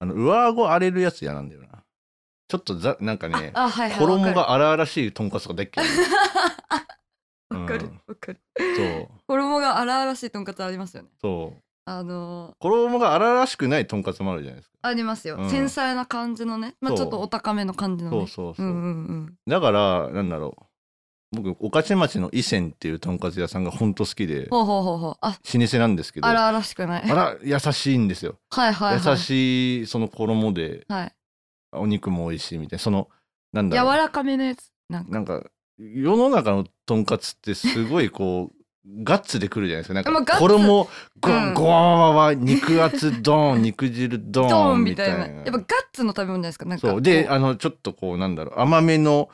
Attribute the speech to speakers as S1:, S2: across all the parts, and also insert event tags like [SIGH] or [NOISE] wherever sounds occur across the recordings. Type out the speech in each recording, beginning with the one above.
S1: 上顎荒れるやつ嫌なんだよな。ちょっとざ、なんかね、
S2: あはいはい
S1: 衣
S2: わか
S1: が荒々しいとんかつが大っ嫌い。
S2: る [LAUGHS] わかる
S1: うん
S2: わかる
S1: そう、
S2: 衣が荒々しいとんかつありますよね
S1: そう。
S2: あの
S1: 衣が荒々しくないとんかつもあるじゃないですか。
S2: ーありますよ、
S1: うん
S2: 繊細な感じのねま
S1: そ
S2: あ
S1: う
S2: ちょっとお高めの感じのね
S1: そうそうそう。
S2: うんうんうん
S1: だから、なんだろう。僕、御徒町の伊仙っていうとんかつ屋さんがほんと好きで、
S2: ほうほうほうほうあ
S1: 老舗なんですけど、あら
S2: 荒々しくない
S1: 優しいんですよ。
S2: はいはい、はい、
S1: 優しいその衣で、
S2: はい
S1: お肉も美味しいみたいな、その、なん
S2: 柔
S1: だろう。
S2: らかめのやつなんか
S1: なんか世の中のとんかつってすごいこう [LAUGHS] ガッツでくるじゃないですかなん
S2: まあガ
S1: か
S2: ッツ
S1: 衣ゴ
S2: うん
S1: ンゴワワワ肉厚 [LAUGHS] ドーン肉汁ド
S2: ド
S1: ー
S2: ー
S1: ン
S2: ン
S1: み
S2: み
S1: た
S2: た
S1: い
S2: い
S1: な
S2: なやっぱガッツの食べ物じゃないですかなんか
S1: そうで
S2: こ
S1: あのちょっとこうなんだろう甘めの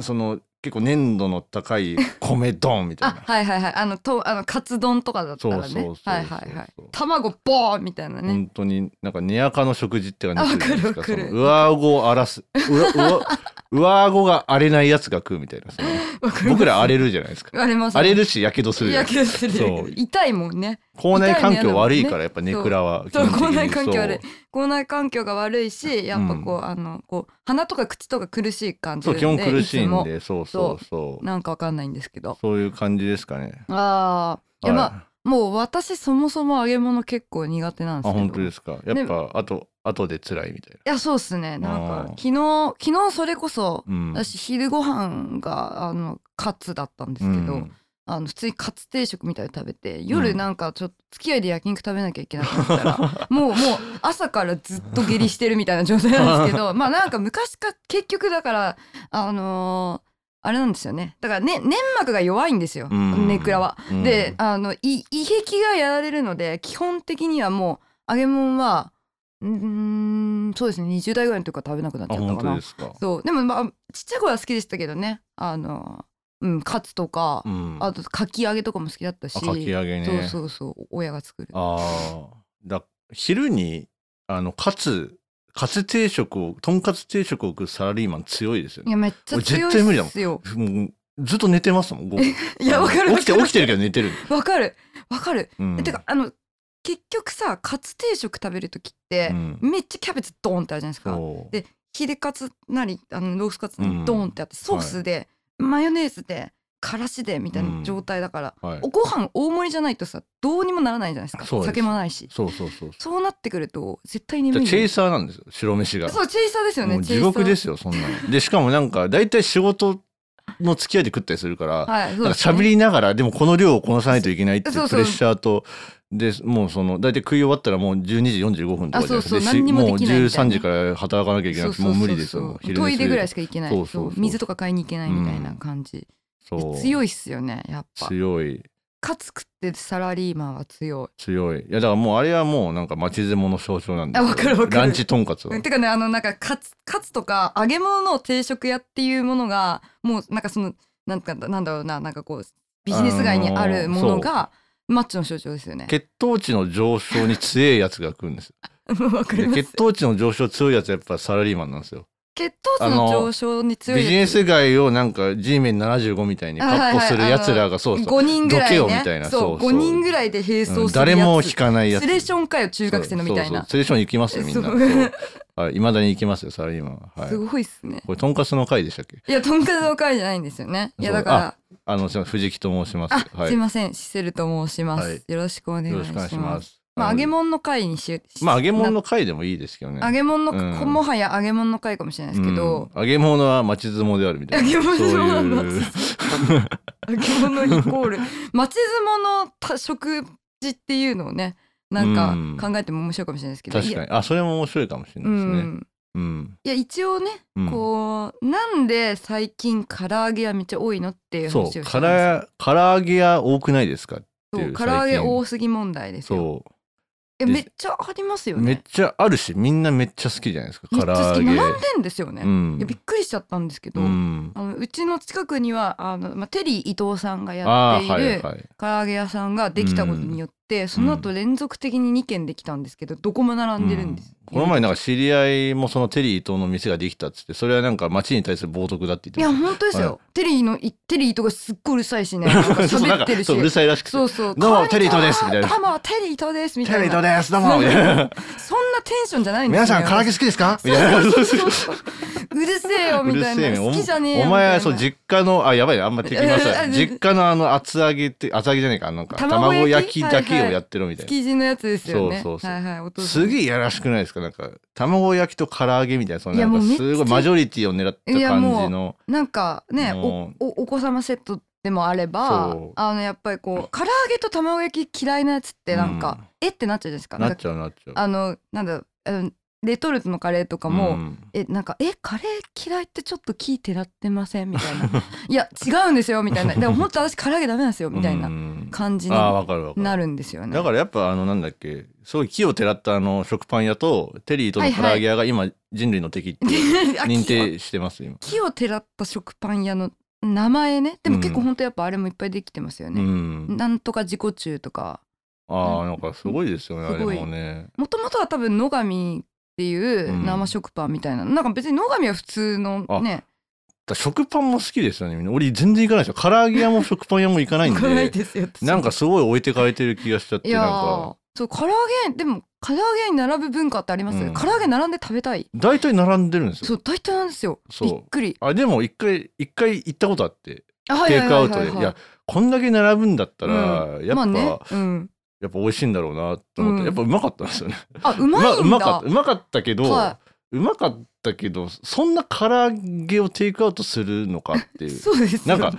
S1: その結構粘度の高
S2: [LAUGHS]
S1: い米ドーンみたい
S2: あ
S1: な
S2: はいはいはいあのとあのカツ丼とかだったらね
S1: そうそうそうそう
S2: はいはいはい卵ボーンみたいなね、
S1: 本当になんか寝垢の食事って感じするじゃないですか
S2: あわかるわかる
S1: その上顎を荒らす上上上顎が荒れないやつが食うみたいな
S2: [LAUGHS]
S1: その
S2: わかります
S1: 僕ら荒れるじゃないですか
S2: あります
S1: 荒れるしやけどするじゃない
S2: や
S1: ですか
S2: けどする
S1: そう
S2: 痛いもんね
S1: 校内環境悪いからやっぱネクラは
S2: そう
S1: 基本的に
S2: 校内環境悪い口内環境が悪いしやっぱこう、あのこう鼻とか口とか苦しい感じ
S1: そう
S2: な
S1: そ
S2: ん
S1: う
S2: で
S1: 基本苦しいん
S2: つ
S1: でそうそうそ
S2: も
S1: う
S2: なんかわかんないんですけど
S1: そういう感じですかね
S2: ああいやまあ、
S1: は
S2: もう私そもそも揚げ物結構苦手なん
S1: い
S2: です
S1: あ
S2: けど
S1: 本当ですかやっぱあと後で辛いみたいない
S2: やそうっすねなん
S1: あー
S2: か昨日昨日それこそ
S1: うん
S2: 私昼ご飯があのカツだったんですけど、あの普通にカツ定食みたいに食べて
S1: う
S2: 夜
S1: ん
S2: なんかちょっと付き合いで焼肉食べなきゃいけなくなったら、もうもう朝からずっと下痢してるみたいな状態なんです
S1: [LAUGHS]
S2: けどまあなんか昔か結局だからあのーあれなんですよねだからね粘膜が弱いんですよ、
S1: [LAUGHS] うん
S2: ネクラは。
S1: うん
S2: であのい胃壁がやられるので基本的にはもう揚げ物はうーんそうですね20代ぐらいの時から食べなくなっ
S1: あ
S2: ちゃった
S1: 本
S2: か
S1: 当で
S2: な。
S1: すか
S2: そうでもまあちっちゃい頃は好きでしたけどねあのうんカツとか、
S1: うん
S2: あとかき揚げとかも好きだったし
S1: あかき揚げね
S2: そうそうそう親が作る
S1: ああだ昼にあのカツカツ定食をとんかつ定食を食うサラリーマン強いですよ
S2: い
S1: ね
S2: やめっちゃ強
S1: 俺
S2: い
S1: 絶対無理だ
S2: っ
S1: もん
S2: すよ
S1: もうずっと寝てますもん午後
S2: [LAUGHS] いやわかる
S1: 起きて起きてるけど寝てる
S2: わかるわかる、
S1: うん
S2: えてかあの結局さカツ定食食べる時って
S1: う、ん
S2: めっちゃキャベツドーンってあるじゃないですか
S1: そう
S2: でヒレカツなりあのロースカツな
S1: うん
S2: りドーンってあって、ソースで、マヨネーズでからしでみたいな状態だから、
S1: はい
S2: おご飯大盛りじゃないとさどうにもならないじゃないですか
S1: そうです
S2: 酒もないし
S1: そうそうそうそう
S2: そうなってくると絶対
S1: じゃ
S2: 眠い
S1: あ
S2: よ
S1: チェイサーなんですよ白飯が
S2: そうチェイサーですよ
S1: も
S2: ね
S1: う
S2: チ
S1: 地
S2: ェイサー
S1: 獄ですよそんな
S2: [LAUGHS]
S1: のでしかもなんか大体仕事の付き合いで食ったりするから、
S2: はいそ
S1: な
S2: う
S1: んか
S2: ですね
S1: 喋りながらでもこの量をこなさないといけないってい
S2: そうう
S1: プ
S2: そう
S1: レッシャーとでもうその大体食い終わったらもう12時45分とかじゃないです
S2: あそうそう何にもできないみたいな
S1: う13時から働かなきゃいけなくてもう無理ですよもう昼
S2: ト
S1: 寝
S2: イ
S1: す
S2: レ
S1: る
S2: ぐらいしか行けない
S1: そうそうそう
S2: そう水とか買いに行けないみたいな感じ、
S1: そう
S2: 強
S1: い
S2: いっすよねやっぱ
S1: 強い
S2: カツ食ってるサラリーマンは強
S1: 強いいやだからもうあれはもうなんか町相撲の象徴なんですよ
S2: あわかるわかる
S1: ランチとんかつはい
S2: てかねあのなんかカツカツとか揚げ物の定食屋っていうものがもうなんかそのなんかなんだろうななんかこうビジネス街にあるものがマッチョの象徴ですよね。
S1: 血糖値の上昇に強いやつが食うんです
S2: [LAUGHS] わかり
S1: で
S2: ます
S1: 血糖値の上昇強いやつはやっぱサラリーマンなんですよ
S2: 血糖値の上昇に強い
S1: ビジネス街をなんか G メン75みたいにカッポするやつらがそうそう、
S2: 5人ぐらい、ね、
S1: どけよみたいな
S2: そ
S1: そう
S2: う
S1: そう
S2: 五人ぐらいで並走する
S1: う
S2: や
S1: ん
S2: つ、
S1: 誰も引かないやつ
S2: スレーションかよ中学生のみた
S1: そ
S2: い
S1: うそう
S2: な
S1: そうスレーション行きますよみん
S2: そ
S1: な
S2: う
S1: そうはいまだに行きますよサラリーマンは、はい、
S2: すごいっすね。
S1: これとんかつの会でしたっけ
S2: いやとんかつの会じゃないんですよね。いや
S1: そう
S2: だから
S1: あのすいません藤木と申します
S2: あ
S1: はい
S2: すいませんシセルと申します、
S1: はい
S2: よろしくお願い
S1: よろ
S2: し
S1: しくお
S2: ま
S1: 願い
S2: す。
S1: します
S2: まあ揚げ
S1: の
S2: 物の会にし
S1: まあ揚げ物
S2: な
S1: の会でもいいですけどね
S2: 揚げ物の、
S1: うん
S2: もはや揚げ物の会かもしれないですけど、
S1: うん揚げ物は町相撲であるみたいな
S2: 揚げ物は
S1: そういう
S2: 揚げ物イコール [LAUGHS] 町相撲のた食事っていうのをねなんか考えても面白いかもしれないですけど、
S1: 確
S2: い
S1: か
S2: や
S1: にあそれも面白いかもしれな
S2: う
S1: いですね
S2: ん、
S1: うん、
S2: いや一応ね、
S1: うん
S2: こうなんで最近唐揚げはめっちゃ多いのっていう
S1: そう
S2: 話をして
S1: 唐揚唐揚げ屋多くないですかて
S2: そ
S1: いうう
S2: 唐揚げ
S1: 最近
S2: 多すぎ問題ですよ
S1: そう
S2: えめっちゃありますよね
S1: めっちゃあるしみんなめっちゃ好きじゃないですか
S2: めっ
S1: 唐
S2: ちゃ
S1: 揚
S2: 好き
S1: げ
S2: 並んでんですよね、
S1: う
S2: いや
S1: ん
S2: びっくりしちゃったんですけど、
S1: うん
S2: あのうちの近くにはあの、まあ、テリー伊藤さんがや
S1: あ
S2: ってい
S1: ーはい
S2: る
S1: はい
S2: 唐揚げ屋さんができたことによっってその後連続的に2軒できたんですけどどこも並んでるんです、
S1: この前なんか知り合いもそのテリー伊藤の店ができたっつってそれはなんか街に対する冒涜だって
S2: い
S1: 言
S2: や
S1: って
S2: 本当ですよ、
S1: は
S2: テリーのいテリーとかすっごいうるさいし
S1: [LAUGHS]
S2: ねなんか
S1: ましたそうな
S2: 喋
S1: ん
S2: ってる
S1: か
S2: し
S1: そううるさいらしくて
S2: そうそう
S1: どうもテリー伊藤ですみたいな
S2: どうもテリー伊藤です
S1: 「
S2: み
S1: テ
S2: たいな
S1: リー伊藤ですどう
S2: そ
S1: も」
S2: う
S1: みたいな
S2: そんなテンションじゃ
S1: 「
S2: ないんですよ
S1: 皆さん唐揚げ好きですか?」みたいな
S2: そうそうそうそううるせえよ
S1: う
S2: み
S1: る
S2: たい
S1: せえ
S2: な
S1: ね
S2: 好きじゃねえよ
S1: お前は
S2: みた
S1: そ
S2: いうな
S1: 実家のあやばいねあんま敵なさ
S2: う
S1: い
S2: ん
S1: 実家のあの厚揚げって厚揚げじゃねえかなんか
S2: 卵
S1: 卵
S2: 焼
S1: 焼
S2: き
S1: きだけをやってるみたいな、
S2: 築地のやつですよね
S1: そうそうそう
S2: はいはいお父さん
S1: すげえやらしくないですかなんか卵焼きと唐揚げみたいなその
S2: い
S1: な
S2: や
S1: ん
S2: もう
S1: か
S2: めっち
S1: す
S2: ゃ
S1: ごいマジョリティを狙った
S2: いや
S1: 感
S2: もう
S1: じの
S2: なんかねお
S1: も
S2: おお子様セットでもあれば
S1: そう
S2: あのやっぱりこう唐揚げと卵焼き嫌いなやつってなんか、えってなっちゃうじゃないですか
S1: な
S2: な
S1: っ
S2: んか
S1: ちゃうなっちゃう
S2: あのなんだろうあのレトルトのカレーとかも、
S1: うん
S2: えなんか「えカレー嫌いってちょっと気てらってません?」みたいな [LAUGHS] 「いや違うんですよ」みたいな「でも本当私唐揚げダメなんですよ」みたいな
S1: うん
S2: 感じに
S1: あーわかるわかる
S2: なるんですよね。
S1: だ
S2: [LAUGHS]
S1: からやっぱあのなんだっけすごい木をてらったあの食パン屋とテリーとの唐揚げ屋が今人類の敵って
S2: [LAUGHS]
S1: 認
S2: 認
S1: 定してます今、
S2: 木をてらった食パン屋の名前ねでも結構
S1: うん
S2: 本当やっぱあれもいっぱいできてますよ
S1: う
S2: ね、
S1: ん、
S2: なんとか自己中とか
S1: ああなんかすごいですよね
S2: す
S1: あれ
S2: ごい
S1: もね
S2: もともとは多分野上っていう
S1: うん
S2: 生食パンみたいな、なんか別に野上は普通のね
S1: だから食パンも好きですよねみんな俺全然行かないですよ唐揚げ屋も食パン屋も行かないん
S2: 行かない
S1: で
S2: ですよ
S1: なんかすごい置いてかれてる気がしちゃっ
S2: い
S1: て
S2: や
S1: なんか
S2: ーそう唐揚げでも唐揚げに並ぶ文化ってありますよね、
S1: うん
S2: 唐揚げ並んで食べたい
S1: 大体並んでるんですよ
S2: そう大体なんですよ
S1: そう
S2: びっくり
S1: あでも一回一回行ったことあって
S2: あは
S1: テイクアウトで
S2: はい
S1: やこんだけ並ぶんだったら、やっぱ、
S2: まあね、うん、
S1: やっぱ美味しいんだろうなと思って、
S2: うん
S1: やっぱうまかったんです
S2: [LAUGHS]
S1: よね
S2: あうまいんだ、
S1: うまかったうまかったけど、
S2: は
S1: うまかったけどそんな唐揚げをテイクアウトするのかっていう
S2: そうですよね
S1: なんか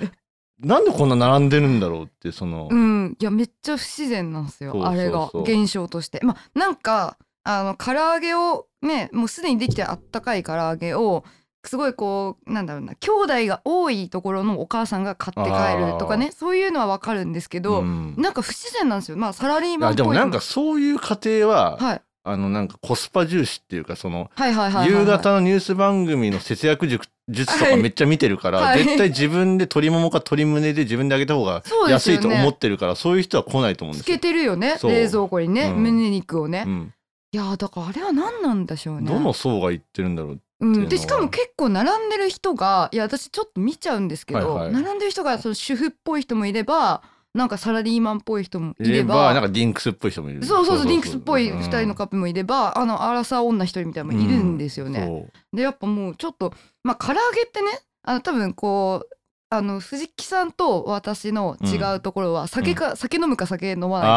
S1: なんでこんな並んでるんだろうってその、
S2: うん、いやめっちゃ不自然なんですよ
S1: そうそうそう
S2: あれが現象として。まあなんかあの唐揚げをねもうすでにできてあったかい唐揚げをすごいこうなんだろうな兄弟が多いところのお母さんが買って帰るとかねそういうのはわかるんですけど、
S1: うん
S2: なんか不自然なんですよまあサラリー
S1: い
S2: マン
S1: や
S2: っ
S1: で
S2: ぽ
S1: も
S2: い
S1: なんかそういう家庭は、
S2: はい、
S1: あのなんかコスパ重視っていうかその
S2: はいはいはいはいはい
S1: 夕方のニュース番組の節約術術と
S2: は
S1: か
S2: い
S1: めっちゃ見てるから、
S2: はい
S1: 絶対自分で鶏ももか鶏胸で自分であげた方が
S2: そうで
S1: 安
S2: すよ
S1: い
S2: ね
S1: と思ってるからそう,、いう人は来ないと思うんで
S2: つ
S1: すよ
S2: け。てるよね
S1: そう
S2: 冷蔵庫にね、
S1: うん
S2: 胸肉をね、
S1: う
S2: い
S1: ん、
S2: やーだからあれは何なんでしょうね
S1: どの層が言ってるんだろう
S2: うん、
S1: って
S2: で
S1: いうのは
S2: しかも結構並んでる人がいや私ちょっと見ちゃうんですけど、
S1: はいはい
S2: 並んでる人がその主婦っぽい人もいればなんかサラリーマンっぽい人もい
S1: い
S2: れ
S1: れ
S2: ば
S1: ばなんかディンクスっぽい人もいる
S2: そうそうそうディンクスっぽい2人のカップルもいれば、あのアラサー女一人みたいなのもいるんですよね。
S1: そう
S2: でやっぱもうちょっとまあ唐揚げってねあの多分こうあの藤木さんと私の違うところは酒か、酒飲むか酒飲まないか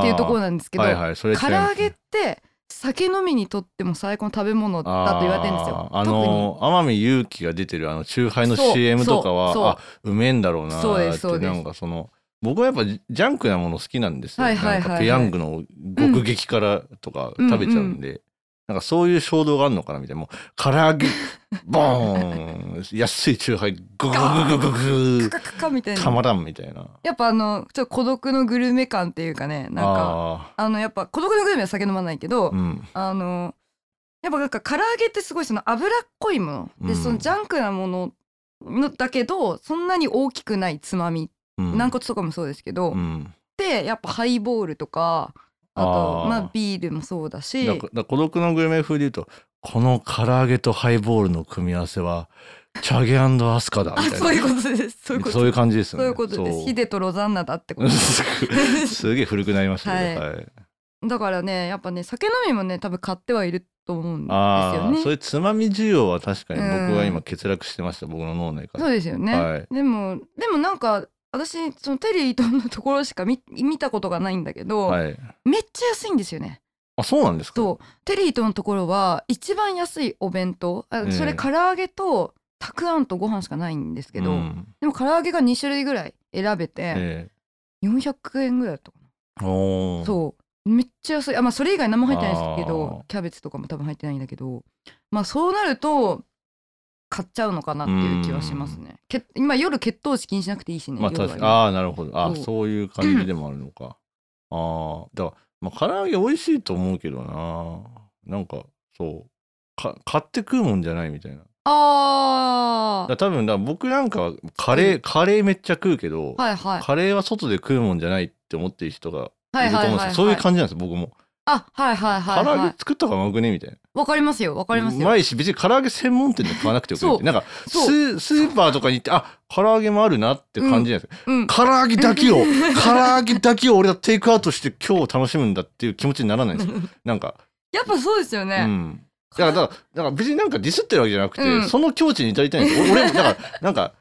S1: あー
S2: っていうところなんですけど、
S1: はいはい、それ違い
S2: 唐
S1: ます
S2: 揚げって酒飲みにとっても最高の食べ物だと言われてるんですよ。
S1: あーあ
S2: 特に
S1: の天海祐希が出てるあのチューハイの
S2: そう
S1: CM とか
S2: そう
S1: はあうめえんだろうな
S2: そ
S1: ー
S2: うで
S1: っ
S2: すそ
S1: て
S2: うです
S1: なんかその僕はやっぱジャンクなもの好きなんですよ、
S2: はいはいはいはい
S1: なんかペヤングの極激辛とか食べちゃうんで、なんかそういう衝動があるのかなみたいなもう唐揚げボーン安いチューハイグググググググ
S2: カカカカみたい
S1: た
S2: な
S1: まらんみたいな
S2: やっぱあのちょっと孤独のグルメ感っていうかねなんか
S1: あ
S2: あのやっぱ孤独のグルメは酒飲まないけど、
S1: ーうん
S2: あのやっぱなんか唐揚げってすごいその脂っこいもの
S1: う
S2: で、
S1: ん
S2: そのジャンクなもののだけどそんなに大きくないつまみ、
S1: うん
S2: 軟骨とかもそうですけど、
S1: うん
S2: でやっぱハイボールとかあと
S1: あー
S2: まあビールもそうだし
S1: だかだ孤独のグルメ風で言うとこの唐揚げとハイボールの組み合わせはチャゲアスカだ
S2: あ
S1: みたいな
S2: そういうことですそういうこと
S1: そういう感じですよ
S2: そう
S1: ね
S2: いうことですヒデとロザンナだってこ
S1: そ
S2: と
S1: う
S2: です
S1: [LAUGHS] ぐすげえ古くなりましたけど、
S2: は
S1: はい
S2: だからねやっぱね酒飲みもね多分買ってはいると思うんです
S1: ああ
S2: よね
S1: そういうつまみ需要は確かに
S2: うん
S1: 僕は今欠落してました、僕の脳内か
S2: そ
S1: ら
S2: うですよね、
S1: はい
S2: でもでもなんか私そのテリー伊藤のところしか見見たことがないんだけど、
S1: はい
S2: めっちゃ安いんですよね
S1: あそうなんですか
S2: そうテリー伊藤のところは一番安いお弁当あ
S1: ええ
S2: それ唐揚げとたくあんとご飯しかないんですけど、
S1: うん
S2: でも唐揚げが2種類ぐらい選べて
S1: え
S2: 400円ぐらいだったかな、
S1: えおー
S2: そうめっちゃ安いあまあそれ以外何も入ってないですけ
S1: あ
S2: ど
S1: ー
S2: キャベツとかも多分入ってないんだけどまあそうなると買っちゃうのかなっていう気はしますねけ今夜血糖値気にしなくていいしね、
S1: まあ
S2: 夜は
S1: 確か
S2: ね
S1: にああなるほどあ
S2: そう
S1: そういう感じでもあるの
S2: [CLEARS THROAT]
S1: か、ああだから、まあ、唐揚げ美味しいと思うけどななんかそうか買って食うもんじゃないみたいなだか
S2: あ
S1: ら多分だから僕なんかはカレー、カレーめっちゃ食うけど、
S2: あはいはい
S1: カレーは外で食うもんじゃないって思ってる人が
S2: はい
S1: ると思
S2: は
S1: うん
S2: い
S1: です
S2: は
S1: よ
S2: い
S1: そういう
S2: じ
S1: 感じなんですよ僕も
S2: あはいはい
S1: 唐
S2: はい
S1: 揚げ
S2: はい
S1: 作った方がうまくねみたいな
S2: わかりますよわかります
S1: う
S2: よ
S1: まいし別に唐揚げ専門店で買わなくてよくねみたいななんかス
S2: そう
S1: ースーパーとかに行ってあ唐揚げもあるなって感じじゃないですか
S2: うん
S1: 唐揚げだけを唐揚げだけを俺はテイクアウトして今日楽しむんだっていう気持ちにならないんですよなんか、
S2: やっぱそうですよね、
S1: うんだからだからだから別になんかディスってるわけじゃなくて、
S2: うん
S1: その境地に至りたいんですよお俺だからなんか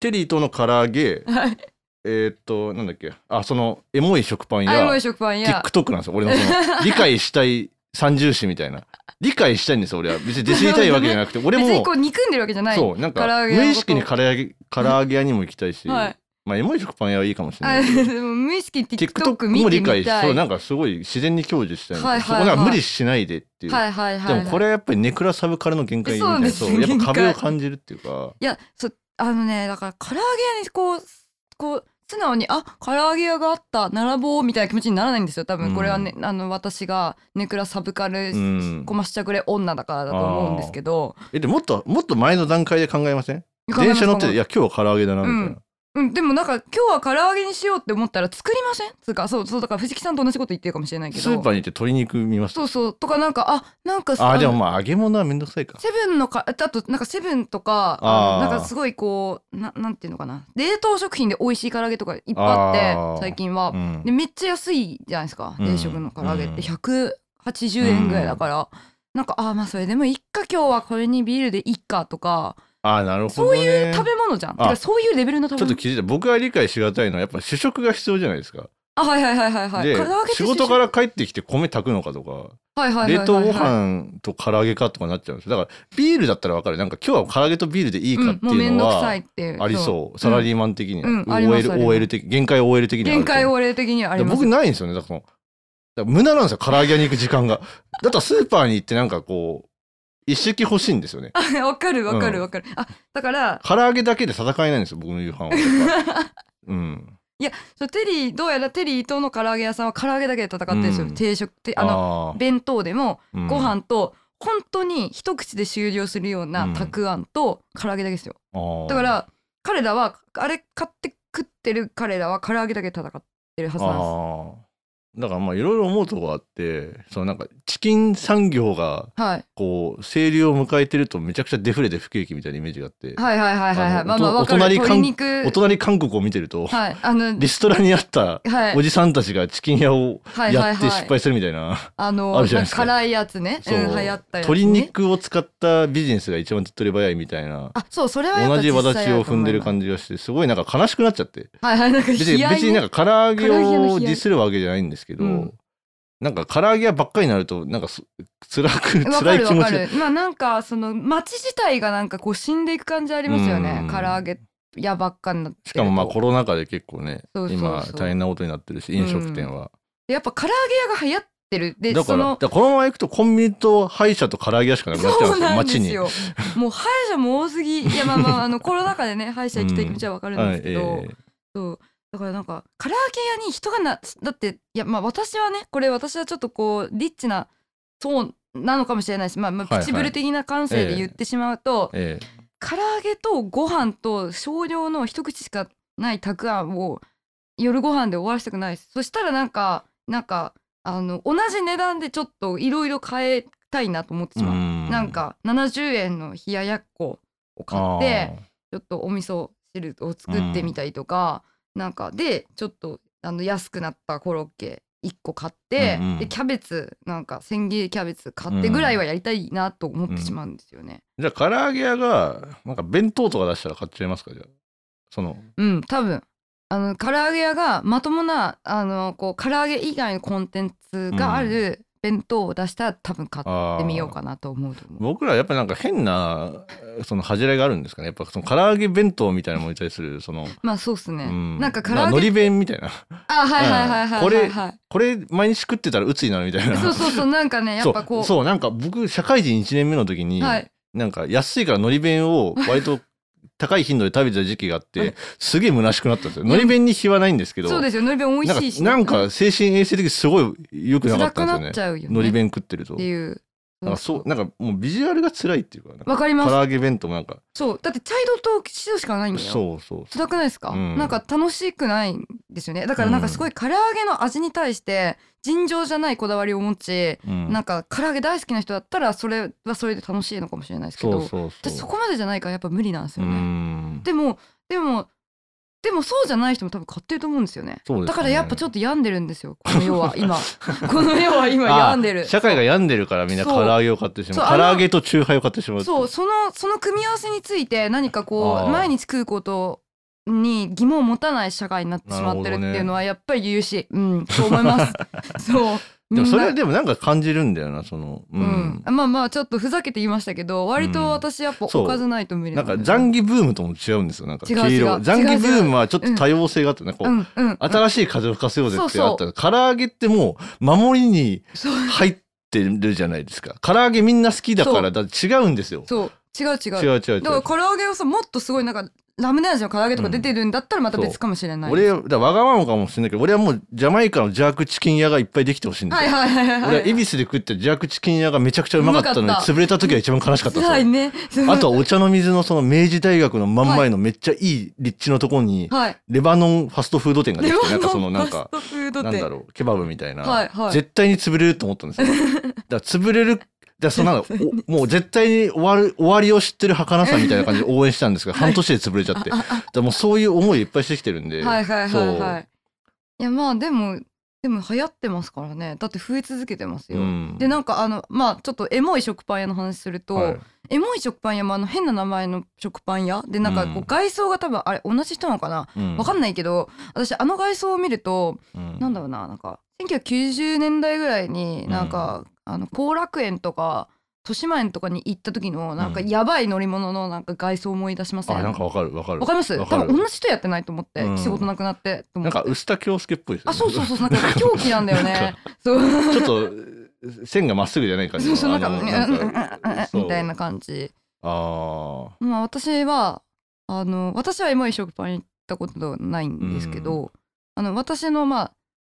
S1: テリーとの唐揚げ
S2: はい
S1: えーっとなんだっけあそのエモい食パン
S2: あいも
S1: や
S2: い食パンや
S1: TikTok なんですよ俺のそ
S2: [LAUGHS]
S1: の理解したい三重視みたいな理解したいんですよ俺は別にディスりたいわけじゃなくて俺
S2: [LAUGHS] 別
S1: も
S2: にこう憎んでるわけじゃない
S1: そうなん
S2: 唐
S1: か
S2: 揚げのこと
S1: 無意識に唐揚げ唐揚げ屋にも行きたいし、
S2: はい
S1: まあエモい食パン屋はいいかもしれな
S2: あ
S1: いけど
S2: でも無意識に TikTok
S1: TikTok
S2: 見
S1: も
S2: て
S1: 理
S2: みた
S1: 解
S2: い
S1: してそうなんかすごい自然に享受したい,、
S2: はいはいはい
S1: そこなんか無理しないでっていう、
S2: はいはいはい、
S1: で
S2: はい、
S1: もこれはやっぱりネクラサブからの限界みたいなそ
S2: そ
S1: うう
S2: なんです
S1: やっぱ壁
S2: 限
S1: を
S2: 界
S1: 感じるっていうか
S2: いやそうあのねだから唐揚げ屋にこうこう素直にあ唐揚げ屋があった並ぼうみたいな気持ちにならないんですよ多分これはね、あの私がネクラサブカル、
S1: うん
S2: コマしちゃくれ女だからだと思うんですけど
S1: えでもっともっと前の段階で考えません電車乗ってていや今日は唐揚げだなみたいな、
S2: うん、でもなんか今日は唐揚げにしようって思ったら作りませんつうかそうそうだから藤木さんと同じこと言ってるかもしれないけど
S1: スーパーに行って鶏肉見ます
S2: そうそうとかなんかあなんか
S1: あー
S2: の
S1: でもまあ揚げ物はめんどくさいか
S2: セブンのかあとなんかセブンとか
S1: あー
S2: あのなんかすごいこうななんていうのかな冷凍食品で美味しい唐揚げとかいっぱいあっ
S1: あ
S2: て
S1: ー
S2: 最近は、
S1: うん
S2: でめっちゃ安いじゃないですか
S1: うん
S2: 定食の唐揚げっ
S1: うん
S2: て180円ぐらいだから、なんかあーまあそれでもいっか今日はこれにビールでいっかとか
S1: あーなるほど、ね、そういう
S2: 食べ物じゃんて
S1: あ
S2: かそういうレベルの食
S1: ちょ
S2: べ
S1: っと
S2: 物
S1: 気づいた僕が理解しがたいのはやっぱ主食が必要じゃないですか、
S2: あはいはいはいはいはい
S1: で
S2: 唐揚げって
S1: 仕事から帰ってきて米炊くのかとか
S2: はいはいはいはいは
S1: 冷
S2: い
S1: 凍ご飯と唐揚げかとかなっちゃうんですよだからビールだったら分かるなんか今日は唐揚げとビールでいいかって
S2: うん、もうめ
S1: いうんの
S2: どく
S1: は
S2: さいっていう
S1: あり
S2: そう
S1: そうサラリーマン的には、
S2: うんうんありますあります
S1: OL, OL 的限界 OL 的にはある
S2: 限界を例的にはあります
S1: 僕ないんですよねだからそのだから無駄なんですよ唐揚げ屋に行く時間がだったらスーパーに行ってなんかこう一式欲しいんですよね
S2: あ [LAUGHS] わかるわかるわかる、あだから
S1: 唐揚げだけで戦えないんですよ僕の夕飯はやっ
S2: [LAUGHS]
S1: ぱうん
S2: そうテリーどうやらテリーとの唐揚げ屋さんは唐揚げだけで戦ってるんですよ、
S1: うん
S2: 定食ってあの
S1: の
S2: 弁当でも
S1: うん
S2: ご飯と本当に一口で終了するよう
S1: う
S2: なんたくあんと唐揚げだけですよ
S1: あー
S2: だから彼らはあれ買って食ってる彼らは唐揚げだけで戦ってるはずなんです
S1: あーだからまあいろいろ思うとこがあってそのなんかチキン産業が
S2: はい、
S1: こう清流を迎えてるとめちゃくちゃデフレで不景気みたいなイメージがあって、
S2: はいはいはいはいはい
S1: あの
S2: まあまあ
S1: お
S2: わかる
S1: お隣かん
S2: 鶏肉
S1: お隣韓国を見てると、
S2: はいあの
S1: リストラにあった
S2: はい
S1: おじさんたちがチキン屋を
S2: はいは
S1: や
S2: い
S1: って
S2: は
S1: 失
S2: い
S1: 敗するみたいな、
S2: あの
S1: あるじゃないですか
S2: なんか辛いやつね
S1: そう
S2: うん、流行ったやつ、ね、
S1: 鶏肉を使ったビジネスが一番手っ取り早いみたいな。
S2: あそうそれはやっぱ
S1: 同じ
S2: 実際
S1: 轍を踏んでる
S2: じ
S1: 感じがしてすごいなんか悲しくなっちゃって
S2: はいはいなんか
S1: 別に
S2: 悲哀ね
S1: 別になんか唐揚げ
S2: 唐揚げの悲
S1: を
S2: 哀
S1: ディスるわけじゃないんですけど、
S2: うん
S1: なんか唐揚げ屋ばっかりになるとなんかす辛く
S2: わ
S1: 辛
S2: か
S1: い
S2: る
S1: 気
S2: わ
S1: 持
S2: か
S1: ち
S2: る。まあなんかその街自体がなんかこう死んでいく感じありますよね
S1: う。ん
S2: 唐揚げやばっかになってると
S1: しかもまあコロナ禍で結構ね
S2: そうそうそう
S1: 今大変なことになってるし飲食店は、
S2: やっぱ唐揚げ屋が流行ってるで
S1: だか
S2: そ
S1: らだ
S2: の
S1: からこのまま行くとコンビニと歯医者と唐揚げ屋しかなくなっちゃ
S2: そうな
S1: うん
S2: ん
S1: で
S2: です
S1: よ
S2: すよ。もう歯医者も多すぎいやま
S1: [LAUGHS]
S2: あまああのコロナ禍でね歯医者行きたい気持ちはわかる
S1: 街
S2: んですけ
S1: に。
S2: ど、
S1: はいええ
S2: そうだからなんか唐揚げ屋に人がなだっていやまあ私はねこれ私はちょっとこうリッチなそうなのかもしれないし、まあ、まあ
S1: はい
S2: プチブル的な感性で言ってしまうと、
S1: え
S2: 唐揚げとご飯と少量の一口しかないたくあんを夜ご飯で終わらせたくないですそしたらなんかなんかあの同じ値段でちょっといろいろ変えたいなと思って
S1: え
S2: しまう、
S1: う
S2: なんか70円の冷ややっこを買ってちょっとお味噌汁を作ってみたりとか、なんかでちょっとあの安くなったコロッケ1個買って、
S1: うんうん
S2: でキャベツなんか千切りキャベツ買ってぐらいはやりたいなと思ってしまうんですよね。
S1: じゃあ唐揚げ屋がなんか弁当とか出したら買っちゃいますかじゃあその
S2: うん多分あの唐揚げ屋がまともなあのこう唐揚げ以外のコンテンツがある弁当を出したら多分買っ
S1: あ
S2: て
S1: ー
S2: みようかなと思うと思う。
S1: 僕らやっぱなんか変なその恥じらいがあるんですかねやっぱその唐揚げ弁当みたいなものに対するその、
S2: まあそうっすね。
S1: うん
S2: なんか唐
S1: まあ
S2: 揚
S1: の
S2: げ
S1: り弁みたいな
S2: あはいはいはいはい
S1: こ
S2: はい
S1: れ
S2: はい。
S1: これ毎日食ってたら鬱になるみたいな
S2: そうそうそうなんかねやっぱこう
S1: そうそうなんか僕社会人1年目の時に、
S2: はい
S1: なんか安いからのり弁
S2: [LAUGHS]
S1: を割と高い頻度で食べてた時期があっ
S2: は
S1: て
S2: い
S1: すげえ虚しくなったんですよのり弁に日はないんですけど
S2: そうですよのり弁美
S1: なん
S2: 味
S1: か
S2: しいし
S1: なんか精神衛生的にすごい良くなか
S2: 辛
S1: ったんですよ
S2: くな
S1: ね
S2: っちゃうよね。
S1: のり弁食ってると
S2: っていう
S1: なんかそうなんかもうビジュアルが辛いっていうかなんか
S2: わかりま
S1: 唐
S2: す
S1: 揚げ弁当もなんか
S2: そうだって茶色と白しかないんだよ
S1: そうそうそ
S2: 辛くないですか、
S1: うん
S2: なんか楽しくないんですよねだからなんかすごい唐揚げの味に対して尋常じゃないこだわりを持ち、
S1: う、うん、
S2: なんか唐揚げ大好きな人だったらそれはそれで楽しいのかもしれないですけ
S1: そ
S2: ど
S1: うそうそう
S2: 私そこまでじゃないからやっぱ無理なんです
S1: う
S2: よね、
S1: ん
S2: でもでもでもそうじゃない人も多分買ってると思うんですよね
S1: そうですね
S2: だからやっぱちょっと病んでるんですよこの
S1: [LAUGHS]
S2: 世は今この世は今病んで
S1: あ
S2: る
S1: 社会が病んでるからみんな
S2: そう
S1: 唐揚げを買ってしま
S2: そうう
S1: 唐
S2: あの
S1: 揚げとチューハイを買ってしまう
S2: そうそのその組み合わせについて何かこ
S1: あー
S2: う毎日食うことに疑問を持たない社会になってしまってるっていうのはやっぱり優しい、うんそう思います
S1: [LAUGHS]
S2: そう
S1: でもそれは
S2: みんな
S1: でもなんか感じるんだよなそのう
S2: うん
S1: ん、、
S2: まあまあちょっとふざけて言いましたけど割と私やっぱ
S1: そう
S2: おかずないと無理
S1: なん
S2: だ
S1: か
S2: よね
S1: ザンギブームとも違うんですよなんか
S2: 違う
S1: 黄
S2: 違
S1: 色
S2: う
S1: ジャンギブームはちょっと
S2: うん
S1: 多様性があってねこう、
S2: うんうん
S1: 新しい風を吹かせようぜ
S2: そう
S1: って
S2: そう
S1: あったら唐揚げってもう守りに
S2: そう
S1: 入ってるじゃないですか唐揚げみんな好きだからだって違うんですよ
S2: そう違う違う
S1: 違う違う違
S2: だから
S1: う
S2: 唐揚げをさもっとすごいなんかラムネ味の唐揚げとか出てるんだったらまた別かもしれない、
S1: 俺だからわがままかもしれないけど俺はもうジャマイカのジャークチキン屋がいっぱいできてほしいんですよ、
S2: はいはいはいはい
S1: 俺は恵比寿で食ったジャークチキン屋がめちゃくちゃうまかったの
S2: う
S1: に
S2: まかった
S1: 潰れた時は一番悲しかったですよ
S2: 辛いね
S1: あとはお茶の水のその明治大学の真ん前のめっちゃいい立地のところに
S2: はい
S1: レバノンファストフード店がで
S2: レ
S1: きてな
S2: バ
S1: んかそ
S2: ノ
S1: の
S2: ン
S1: なん
S2: ファ
S1: か
S2: ストフード
S1: なんだ
S2: 店
S1: ろうケバブみたい
S2: は
S1: ない
S2: はい
S1: 絶対に潰れると思ったんです
S2: [LAUGHS]
S1: よだから潰れるだからそのなんだろうおもう絶対に終わる終わりを知ってる儚さみたいな感じで応援したんですが半年で潰れちゃってだからもうそういう思いいっぱいしてきてるんで
S2: はいはいはいは
S1: そう
S2: いいやまあでもでも流行ってますからねだって増え続けてますよ、
S1: うん
S2: でなんかあのまあちょっとエモい食パン屋の話すると、
S1: はい
S2: エモい食パン屋もあの変な名前の食パン屋でなんかこ
S1: うん
S2: う外装が多分あれ同じ人なのかな、
S1: うん
S2: わかんないけど私あの外装を見ると
S1: うん
S2: なんだろうななんか1990年代ぐらいに
S1: ん
S2: なんか、あの後楽園とか豊島園とかに行った時のなんか
S1: うん
S2: やばい乗り物のなんか外装を思い出しません、
S1: あなんかわかるわかる
S2: わかります
S1: わ
S2: 多
S1: かる
S2: 分同じ人やってないと思って、
S1: うん
S2: 仕事なくなってと思
S1: なん
S2: って
S1: か臼田恭介っぽいですよ
S2: あ
S1: ね
S2: そうそうそうなんか狂気なんだ
S1: な
S2: よ
S1: ん
S2: ねそう
S1: [LAUGHS] ちょっと線がまっすぐじゃない感じ
S2: そう
S1: の
S2: そうなんか
S1: あの
S2: うんうんうんうんうんみたいな感じ
S1: ああ
S2: まあ私はあの私はエモい食パン行ったことないんですけど、あの私のまあ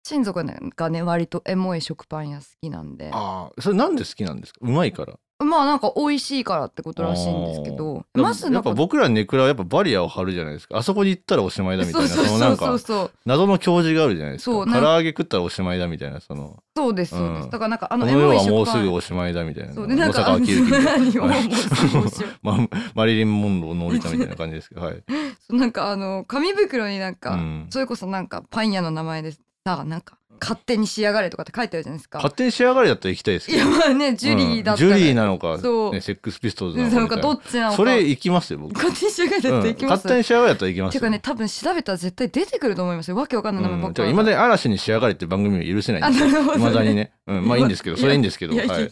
S2: 親族がね割とエモい食パン屋好きなんで
S1: ああそれなんで好きなんですかうまいから
S2: まあなんか美味しいからってことらしいんですけどまず
S1: や
S2: な
S1: っ
S2: んか
S1: ぱ僕らネクラはやっぱバリアを張るじゃないですかあそこに行ったらおしまいだみたい
S2: そう
S1: なそ
S2: そう
S1: のな
S2: そうんそ
S1: か
S2: うそう
S1: 謎の教示があるじゃないです
S2: そ
S1: か
S2: う
S1: 唐
S2: なん
S1: 揚げ食ったらおしまいだみたいなその
S2: そうですそうです、
S1: うん
S2: だからなんかあ
S1: こ
S2: の
S1: の
S2: エモ
S1: 世
S2: い
S1: はも
S2: 食
S1: うす
S2: パ
S1: ぐ
S2: ン
S1: おしまいだみたいな
S2: そうでなん
S1: 野
S2: か [LAUGHS]
S1: 坂昭之みたいな
S2: 何を
S1: は
S2: も
S1: いう
S2: そうしよう
S1: まマリリン・モンローのりたみたいな感じですけどはい
S2: そう [LAUGHS] なんかあの紙袋になんか、
S1: うん
S2: それこそなんかパン屋の名前でさなんか勝手に仕上がれとかって書いてあるじゃないですか
S1: 勝。手に仕上がりだったら行きたいです
S2: い
S1: けど
S2: やまあねジュリーだった
S1: う
S2: ら、
S1: んジュリーなのか、
S2: そう
S1: ね、セックスピストルズな
S2: な
S1: のか
S2: んか
S1: みたいな
S2: どっちなのか
S1: それ行きますよ僕
S2: 勝手に仕上がれだっていき
S1: うん
S2: ます、
S1: 勝手に仕上がりだったら行きます
S2: て
S1: よ
S2: かね多分調べたら絶対出てくると思いますよわけわかんない名前ばっかり、
S1: 今で嵐に仕上がれって番組は許せない
S2: あ
S1: ん
S2: [LAUGHS]
S1: です
S2: なるほ
S1: い
S2: ど、
S1: まだにね、うん、まあいいんですけどそれはいいんですけど
S2: い
S1: は
S2: や
S1: い
S2: いやいや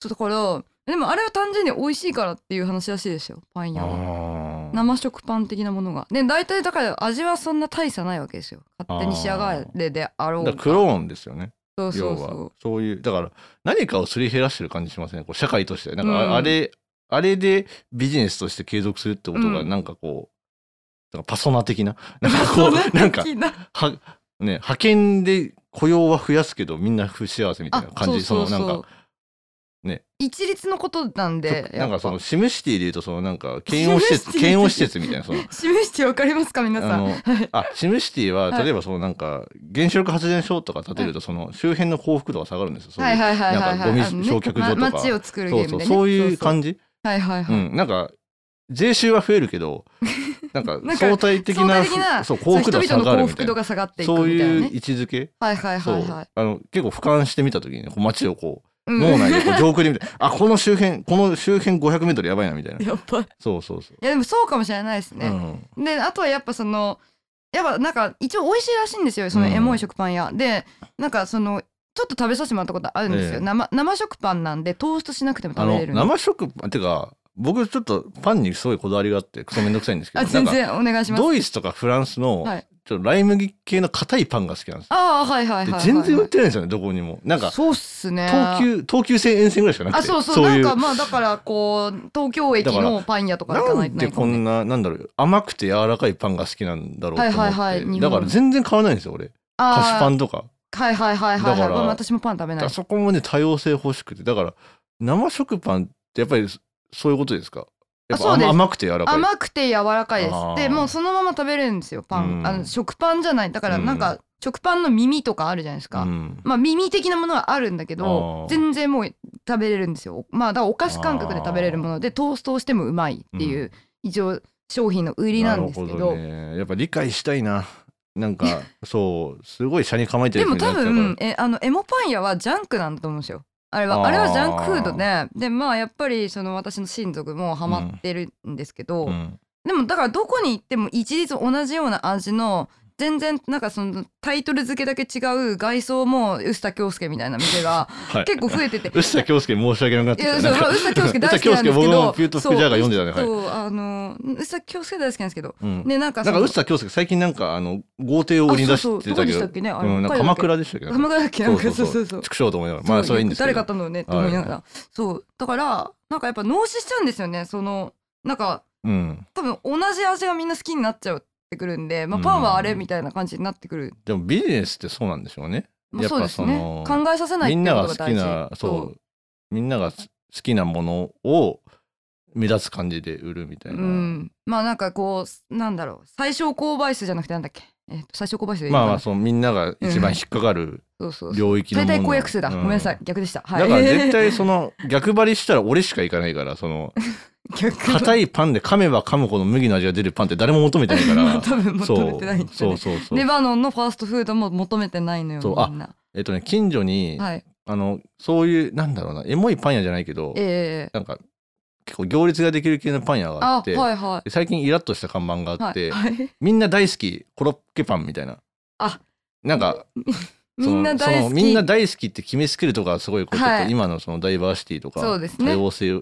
S2: そうだからでもあれは単純に美味しいからっていう話らしいですよパン屋は
S1: あー
S2: 生食パン的なものがで大体だから味はそんな大差ないわけですよ勝手に仕上がれであろう
S1: だ
S2: が
S1: からクローンですよね
S2: そう
S1: 要
S2: そうそ
S1: は
S2: う
S1: そういうだから何かをすり減らしてる感じしませんこう社会としてなんかあ,、
S2: うん
S1: れあれでビジネスとして継続するってことが
S2: うん
S1: なんかこう、なんかパソナ的
S2: [LAUGHS]
S1: ななんかこうなんか
S2: 的な
S1: はね派遣で雇用は増やすけどみんな不幸せみたいな感じ
S2: う
S1: の
S2: う
S1: なんか
S2: う
S1: ね
S2: 一律のことなんで
S1: なんかその
S2: やっ
S1: シムシティでいうとそのなんか検温施設
S2: シムシティ
S1: 検温施設みたいなその
S2: ぱ示してわかりますか皆さ
S1: あ
S2: ん
S1: の
S2: はい
S1: あシムシティは
S2: はい
S1: 例えばそのなんか原子力発電所とか建てるとその周辺の幸福度が下がるんですよ。そう
S2: はいいうはいはいはいは
S1: な
S2: い
S1: んかゴミ焼却所とか
S2: ま街を作るゲ
S1: そうそう
S2: ームでね
S1: そういう
S2: じ
S1: 感じ。
S2: はいはいは
S1: う
S2: い、
S1: んなんか税収は増えるけ
S2: [LAUGHS]
S1: どなんか
S2: なんか
S1: 相対的な
S2: 相対的な
S1: そう幸福度が下がるみ
S2: 人々の幸
S1: た
S2: 福
S1: い
S2: 度
S1: な
S2: が下がっていくみ
S1: そう
S2: たいな
S1: いう
S2: ね
S1: 位置づけ。
S2: はいはい
S1: そ
S2: は
S1: う
S2: いはい
S1: あの結構俯瞰してみた時にこう街をこ
S2: う
S1: うん脳内でこう上空で見てあこの周辺この周辺500メートルやばいなみたいな。
S2: [LAUGHS] やっぱい
S1: そうそうそう。
S2: やでもそうかもしれないです
S1: う
S2: ね、
S1: ん
S2: であとはやっぱそのやっぱなんか一応美味しいらしいんですよそのエモい食パン屋、でなんかそのちょっと食べさせてもらったことあるんですよ、
S1: ええ
S2: 生生食パンなんでトーストしなくても
S1: あ
S2: 食べ
S1: の
S2: れるんで
S1: 生食パンてか僕ちょっとパンにすごいこだわりがあってクソめんどくさいんですけど
S2: あ
S1: なん
S2: 全
S1: か
S2: 然お願いします
S1: ドイツとかフランスの、
S2: はい
S1: ちょっとライ麦系の硬いパンが好きなんですよ
S2: ああはいはいはい
S1: で
S2: はい、はい、
S1: 全然売ってないんですよねどこにもなんか
S2: そうっすね
S1: 東急東急線沿線ぐらいしかなくて
S2: あそうそう
S1: い
S2: なん
S1: う
S2: かまあだからこう東京駅
S1: だか
S2: のパン屋とか行か
S1: な
S2: ない
S1: ん
S2: とな
S1: で
S2: いかも
S1: こ
S2: ね
S1: んななんだろう甘くて柔らかいパンが好きなんだろうと思って、
S2: はいはいはい日本
S1: だから全然買わないんですよ俺
S2: あー
S1: 菓子パンとか
S2: はいはいはいはい
S1: だ
S2: は
S1: か
S2: い、
S1: ら
S2: まあ、私もパン食べ
S1: だ
S2: な
S1: から
S2: い
S1: そこもね多様性欲しくてだから生食パンってやっぱりそそういうことですかやっぱ
S2: あそうです
S1: 甘甘くて柔らかい
S2: 甘くて柔らかいです
S1: あー
S2: でもうそのまま食べれるんですよパン、
S1: うん
S2: あの食パンじゃないだから
S1: うん
S2: なんか食パンの耳とかあるじゃないですか、
S1: うん
S2: まあ耳的なものはあるんだけ
S1: あ
S2: ど
S1: ー
S2: 全然もう食べれるんですよまあだからお菓子感覚で食べれるものでトーストをしてもうまいっていう、一応商品の売りなんですけ
S1: な
S2: ど
S1: るほね、やっぱ理解したいななん
S2: [LAUGHS]
S1: かそうすごい車に構えてる
S2: でも
S1: 人にな
S2: 多
S1: っちゃう
S2: 分えあのエモパン屋はジャンクなんだと思うんですよあれ
S1: あ
S2: は
S1: ー
S2: あれはジャンクフードででまあやっぱりその私の親族もハマってるんですけど、
S1: からうん
S2: でもだからどこに行っても一律同じような味の全然なんかそのタイトル付けだけ違う外装も臼田恭介みたいな店
S1: [LAUGHS]
S2: が
S1: はい
S2: 結構増えてて。
S1: 臼田恭介申し訳なくなっ
S2: い
S1: てき
S2: や
S1: た
S2: そ
S1: な
S2: う、
S1: んか
S2: まあ、臼田恭介大好きなんです
S1: 臼田恭介
S2: け
S1: 僕
S2: ど
S1: もピュート福ジャガー読んでたねはい
S2: そうそうあの臼田恭介大好きなんですけど
S1: うん
S2: ねなんか
S1: な
S2: そ
S1: ん
S2: の
S1: か臼田恭介最近なんかあの豪邸を売りに出してた
S2: あそうそうどこ
S1: け
S2: でし
S1: ど
S2: たっけねあれ
S1: うん、なんか鎌倉でしたっけど
S2: 鎌倉だっけなんか
S1: そ
S2: そう
S1: そうそう
S2: うそうそう
S1: 畜生と思いながらまあそれはいいんですけど
S2: 誰買ったのねと思いながら、そうだからなんかやっぱ脳死しちゃうんですよねそのなんか
S1: うん、
S2: 多分同じ味がみんな好きになっちゃうってくるんで、まあ、パンはあれみたいな感じになってくる、
S1: でもビジネスってそうなんでしょうね
S2: ま
S1: や
S2: あ、
S1: っぱ
S2: そうです
S1: そ
S2: ね
S1: の
S2: 考えさせない
S1: み
S2: っ
S1: ん
S2: て
S1: な
S2: こ
S1: が
S2: と
S1: 好き
S2: が大事
S1: なそうみんながす好きなものを目立つ感じで売るみたいな、
S2: うん、まあなんかこうなんだろう最小公倍数じゃなくてなんだっけ、えっと最小公倍数でいいの
S1: まあ
S2: かな
S1: まあそうみんなが一番引っかかる
S2: そうそうそう
S1: 領域の
S2: 大
S1: もの、
S2: 体公約数だ、
S1: う
S2: ごめんなさい逆でした、はい、
S1: だから絶
S2: [LAUGHS]
S1: 対その逆張りしたら俺しかいかないからその
S2: 逆
S1: 硬いパンで噛めば噛むほど麦の味が出るパンって誰も求めてないか
S2: まあ [LAUGHS]
S1: ら
S2: 多分求めてないんですよ
S1: そうそう
S2: ね
S1: そうそ
S2: レ
S1: う
S2: バノンのファーストフードも求めてないのよ
S1: そうあ
S2: みんな
S1: えっとね近所に、
S2: はい
S1: あのそういうなんだろうなエモいパン屋じゃないけど
S2: ええ
S1: なんか結構行列ができる系のパン屋があ
S2: あ
S1: って
S2: はいはい
S1: で最近イラッとした看板があって、
S2: はいはい
S1: みんな大好きコロッケパンみたいな
S2: あ
S1: なんかそ
S2: [LAUGHS] み
S1: の
S2: んな大
S1: そ
S2: 好
S1: の
S2: き
S1: みんな大好きって決めつけるとかすごいこうちょっと
S2: はい
S1: 今のそのダイバーシティとか、
S2: そうです
S1: 多
S2: ね
S1: 様性っ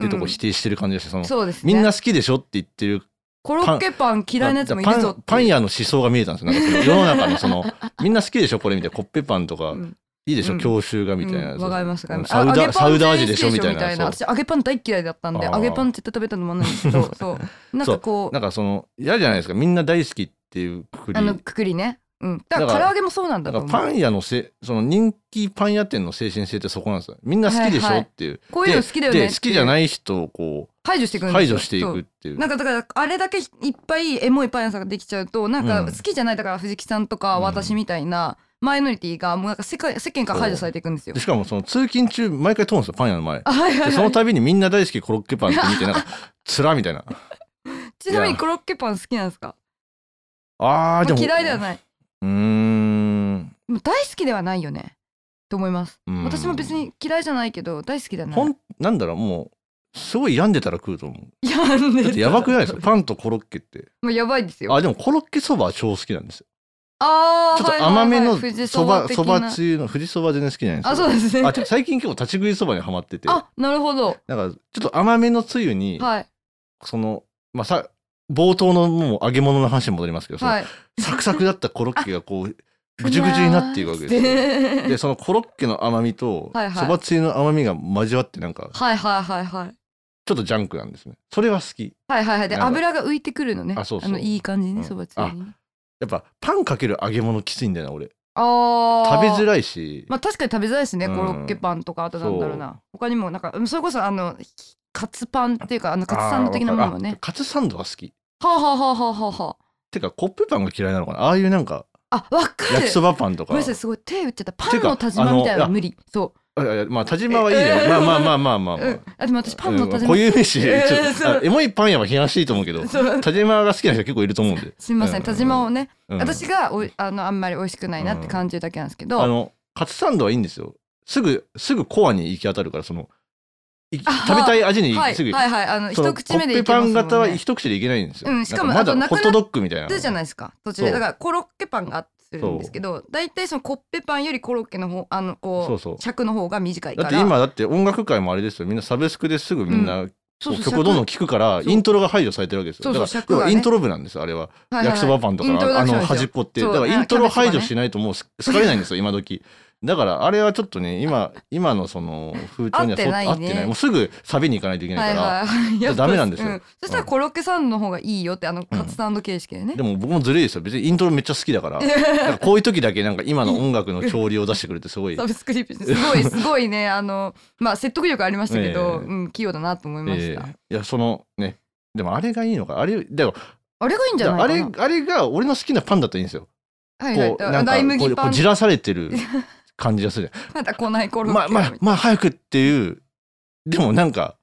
S1: てとこ否定してる感じがして、その
S2: そうですね
S1: みんな好きでしょって言ってる
S2: コロッケパン嫌いなやつもいるぞ
S1: パ
S2: って
S1: ンパン屋の思想が見えたんですよなん
S2: [LAUGHS]
S1: かその世の中のそのみんな好きでしょこれみたいなコッペパンとか、
S2: うん
S1: いいでしょ、
S2: うん
S1: 郷愁がみたいな、
S2: うんわかりますわかります
S1: サウダ
S2: あ揚げパン
S1: サウダ味でしょみたいな
S2: 全然好きでしょみたいな私揚げパン大嫌いだったんで
S1: あー
S2: 揚げパン絶対食べたのもないんですけ
S1: [LAUGHS]
S2: どそうなんかこ
S1: なんかその嫌じゃないですかみんな大好きっていうくく
S2: う
S1: り
S2: あのくくりねうんだ
S1: だ
S2: か
S1: からら
S2: 唐揚げもそうなんだ
S1: だ
S2: と
S1: から
S2: 思う
S1: パン屋のせその人気パン屋店の精神性ってそこなんですよみんな好きでし
S2: はい
S1: ょ
S2: はい
S1: っていう、
S2: こういうの好きだよね
S1: で
S2: って
S1: で
S2: いう
S1: 好きじゃない人をこ
S2: 排除していくん
S1: う
S2: ですよ
S1: 排除してい
S2: そう
S1: くっていう
S2: なんかだからあれだけいっぱいエモいパン屋さんができちゃうとなんか
S1: うん
S2: 好きじゃないだから藤木さんとか
S1: うん
S2: 私みたいなマイノリティがもうなんか世界世間から排除されていくんですよ
S1: で。しかもその通勤中毎回通るんですよパン屋の前
S2: あはいは
S1: で
S2: い
S1: その
S2: はい、
S1: 度にみんな大好きコロッケパンって見てなん
S2: [LAUGHS]
S1: かつらみたいな
S2: ちなみ
S1: い
S2: に
S1: や
S2: コロッケパン好きなんですか、
S1: あーで
S2: ま
S1: も
S2: あ、嫌いではないう
S1: ーん
S2: もう大好きではないよねと思います、
S1: うん
S2: 私も別に嫌いじゃないけど大好きではな
S1: ほ
S2: い
S1: んなんだろうもうすごい病んでたら食うと思う
S2: やんで
S1: だってやばくないです
S2: [LAUGHS] か
S1: かパンとコロッケって
S2: もうやばいですよ
S1: あでもコロッケそばは超好きなんですよ
S2: あ
S1: ち
S2: ー
S1: ょっ
S2: はい
S1: と
S2: はい
S1: 甘
S2: はい
S1: めの
S2: 富士
S1: そば
S2: 的
S1: そば
S2: な
S1: つゆの富士そば全然好きじゃないですか
S2: あそうですね
S1: あ違う最近結構立ち食いそばにはまってて
S2: あなるほど
S1: なんかちょっと甘めのつゆに、
S2: はい
S1: そのまあさ冒頭のもう揚げ物の話に戻りますけど、その
S2: はい
S1: [LAUGHS] サクサクだったコロッケが
S2: [LAUGHS]
S1: こうぐちゅぐちゅになっていくわけですよ。
S2: す
S1: でそのコロッケの甘みと
S2: はいはい
S1: そばつゆの甘みが交わってなんか
S2: [LAUGHS] はいはいはいはい
S1: ちょっとジャンクなんですね。それは好き。
S2: はいはいはいで
S1: なんか
S2: 油が浮いてくるのね
S1: あそうそう
S2: のいい感じ
S1: う
S2: ね
S1: ん
S2: そばつゆに
S1: やっぱパンかける揚げ物きついんだよな俺。
S2: あ
S1: 食べづ
S2: い
S1: らいし、
S2: まあ確かに食べづらいですね、
S1: うん
S2: コロッケパンとかあとなんだろうな他にもなんかうんそれこそあのカツパンっていうかあのカツサンド的なものも
S1: あーわかるあ
S2: ね
S1: カツサンドは好き。っ
S2: はあ、はあはあはあはあは
S1: てかコッペパンが嫌いなのかな。ああいうなんか
S2: ああわかる
S1: 焼きそばパンと
S2: ご
S1: か
S2: めんな。さいすごい手打っちゃったパ
S1: て
S2: ン
S1: か
S2: の田島みたいな
S1: あ
S2: の
S1: の
S2: 無理そ
S1: あいやいやまあ田島はいいね。
S2: え
S1: まあまあまあまあまあ
S2: う、
S1: ま
S2: う
S1: あ
S2: ん。、あでも私パンの
S1: う
S2: 田
S1: ん
S2: 島、
S1: 固有名詞
S2: えー
S1: ちょっとあ
S2: そう
S1: エモいパン屋は批判していいと思うけど
S2: [LAUGHS] そう
S1: 田島が好きな人結構いると思うんで、
S2: すみませ
S1: うん
S2: ん田島をね、
S1: うん
S2: 私がおいあのあんまり美味しくないなって感じるだけなんですけど、
S1: あのカツサンドはいいんですよすぐすぐコアに行き当たるからそのい
S2: あは
S1: 食べたい味に
S2: はい
S1: すぐ、
S2: はいはいあの
S1: その
S2: 一口目でいけ
S1: コッペパ
S2: ますも
S1: ン
S2: ん
S1: 型は
S2: ね
S1: 一口でいけないんですよ、
S2: うんしかも
S1: なんま
S2: あと
S1: だ
S2: なく
S1: ホ
S2: な
S1: ットドッグみたいな
S2: 普通じゃないですか途中で
S1: そう
S2: だからコロッケパンがあったりするんですけど大体そのコッペパンよりコロッケの方あのこう
S1: そうそう
S2: 尺の方が短いか
S1: だっ
S2: ら
S1: て今だって音楽界もあれですよみんなサブスクですぐみんな、
S2: そうそう
S1: 曲をどんどん
S2: 尺
S1: 聴くから
S2: そう
S1: イントロが排除されてるわけですよ
S2: そうそ
S1: だ
S2: う
S1: か
S2: 尺
S1: ら、
S2: がね
S1: イントロ部なんですよあれは、
S2: はいはいはい
S1: 焼きそばパンとか
S2: イントロ
S1: あ
S2: ダクション
S1: の
S2: ですよ
S1: 端っこって
S2: そ
S1: だ
S2: う
S1: からイントロ
S2: キャベツとか
S1: 排
S2: ね
S1: 除しないともう好かれないんですよ今時だからあれはちょっとね今今のその風潮にはそ
S2: 合ってないね
S1: 合ってないもうすぐサビに行かないといけないから、 [LAUGHS]
S2: いやっぱ
S1: ダメなんですよ
S2: うそしたらコロッケさんの方がいいよってあのカツサンド形式でね [LAUGHS]
S1: でも僕もずるいですよ別にイントロめっちゃ好きだからなんかこういう時だけなんか今の音楽の調理を出してくれてすごい
S2: サブスクリプションすご
S1: [LAUGHS]
S2: いすごいねあのまあ説得力ありましたけど、
S1: ええ
S2: うん器用だなと思いまし
S1: え
S2: た、
S1: ーいやそのねでもあれがいいのかあれでも
S2: あれがいいんじゃない
S1: あ
S2: かな
S1: れあれが俺の好きなパンだったらいいんですよ。
S2: はいはい
S1: こうなんか
S2: 大
S1: こ
S2: 麦
S1: うこ
S2: パ
S1: う
S2: ン
S1: じらされて
S2: [LAUGHS]
S1: る感じがするじ
S2: まだ来ないコ
S1: ゃ
S2: ロ
S1: ん。
S2: ッケ
S1: まあまあまあ早くっていうでもなんか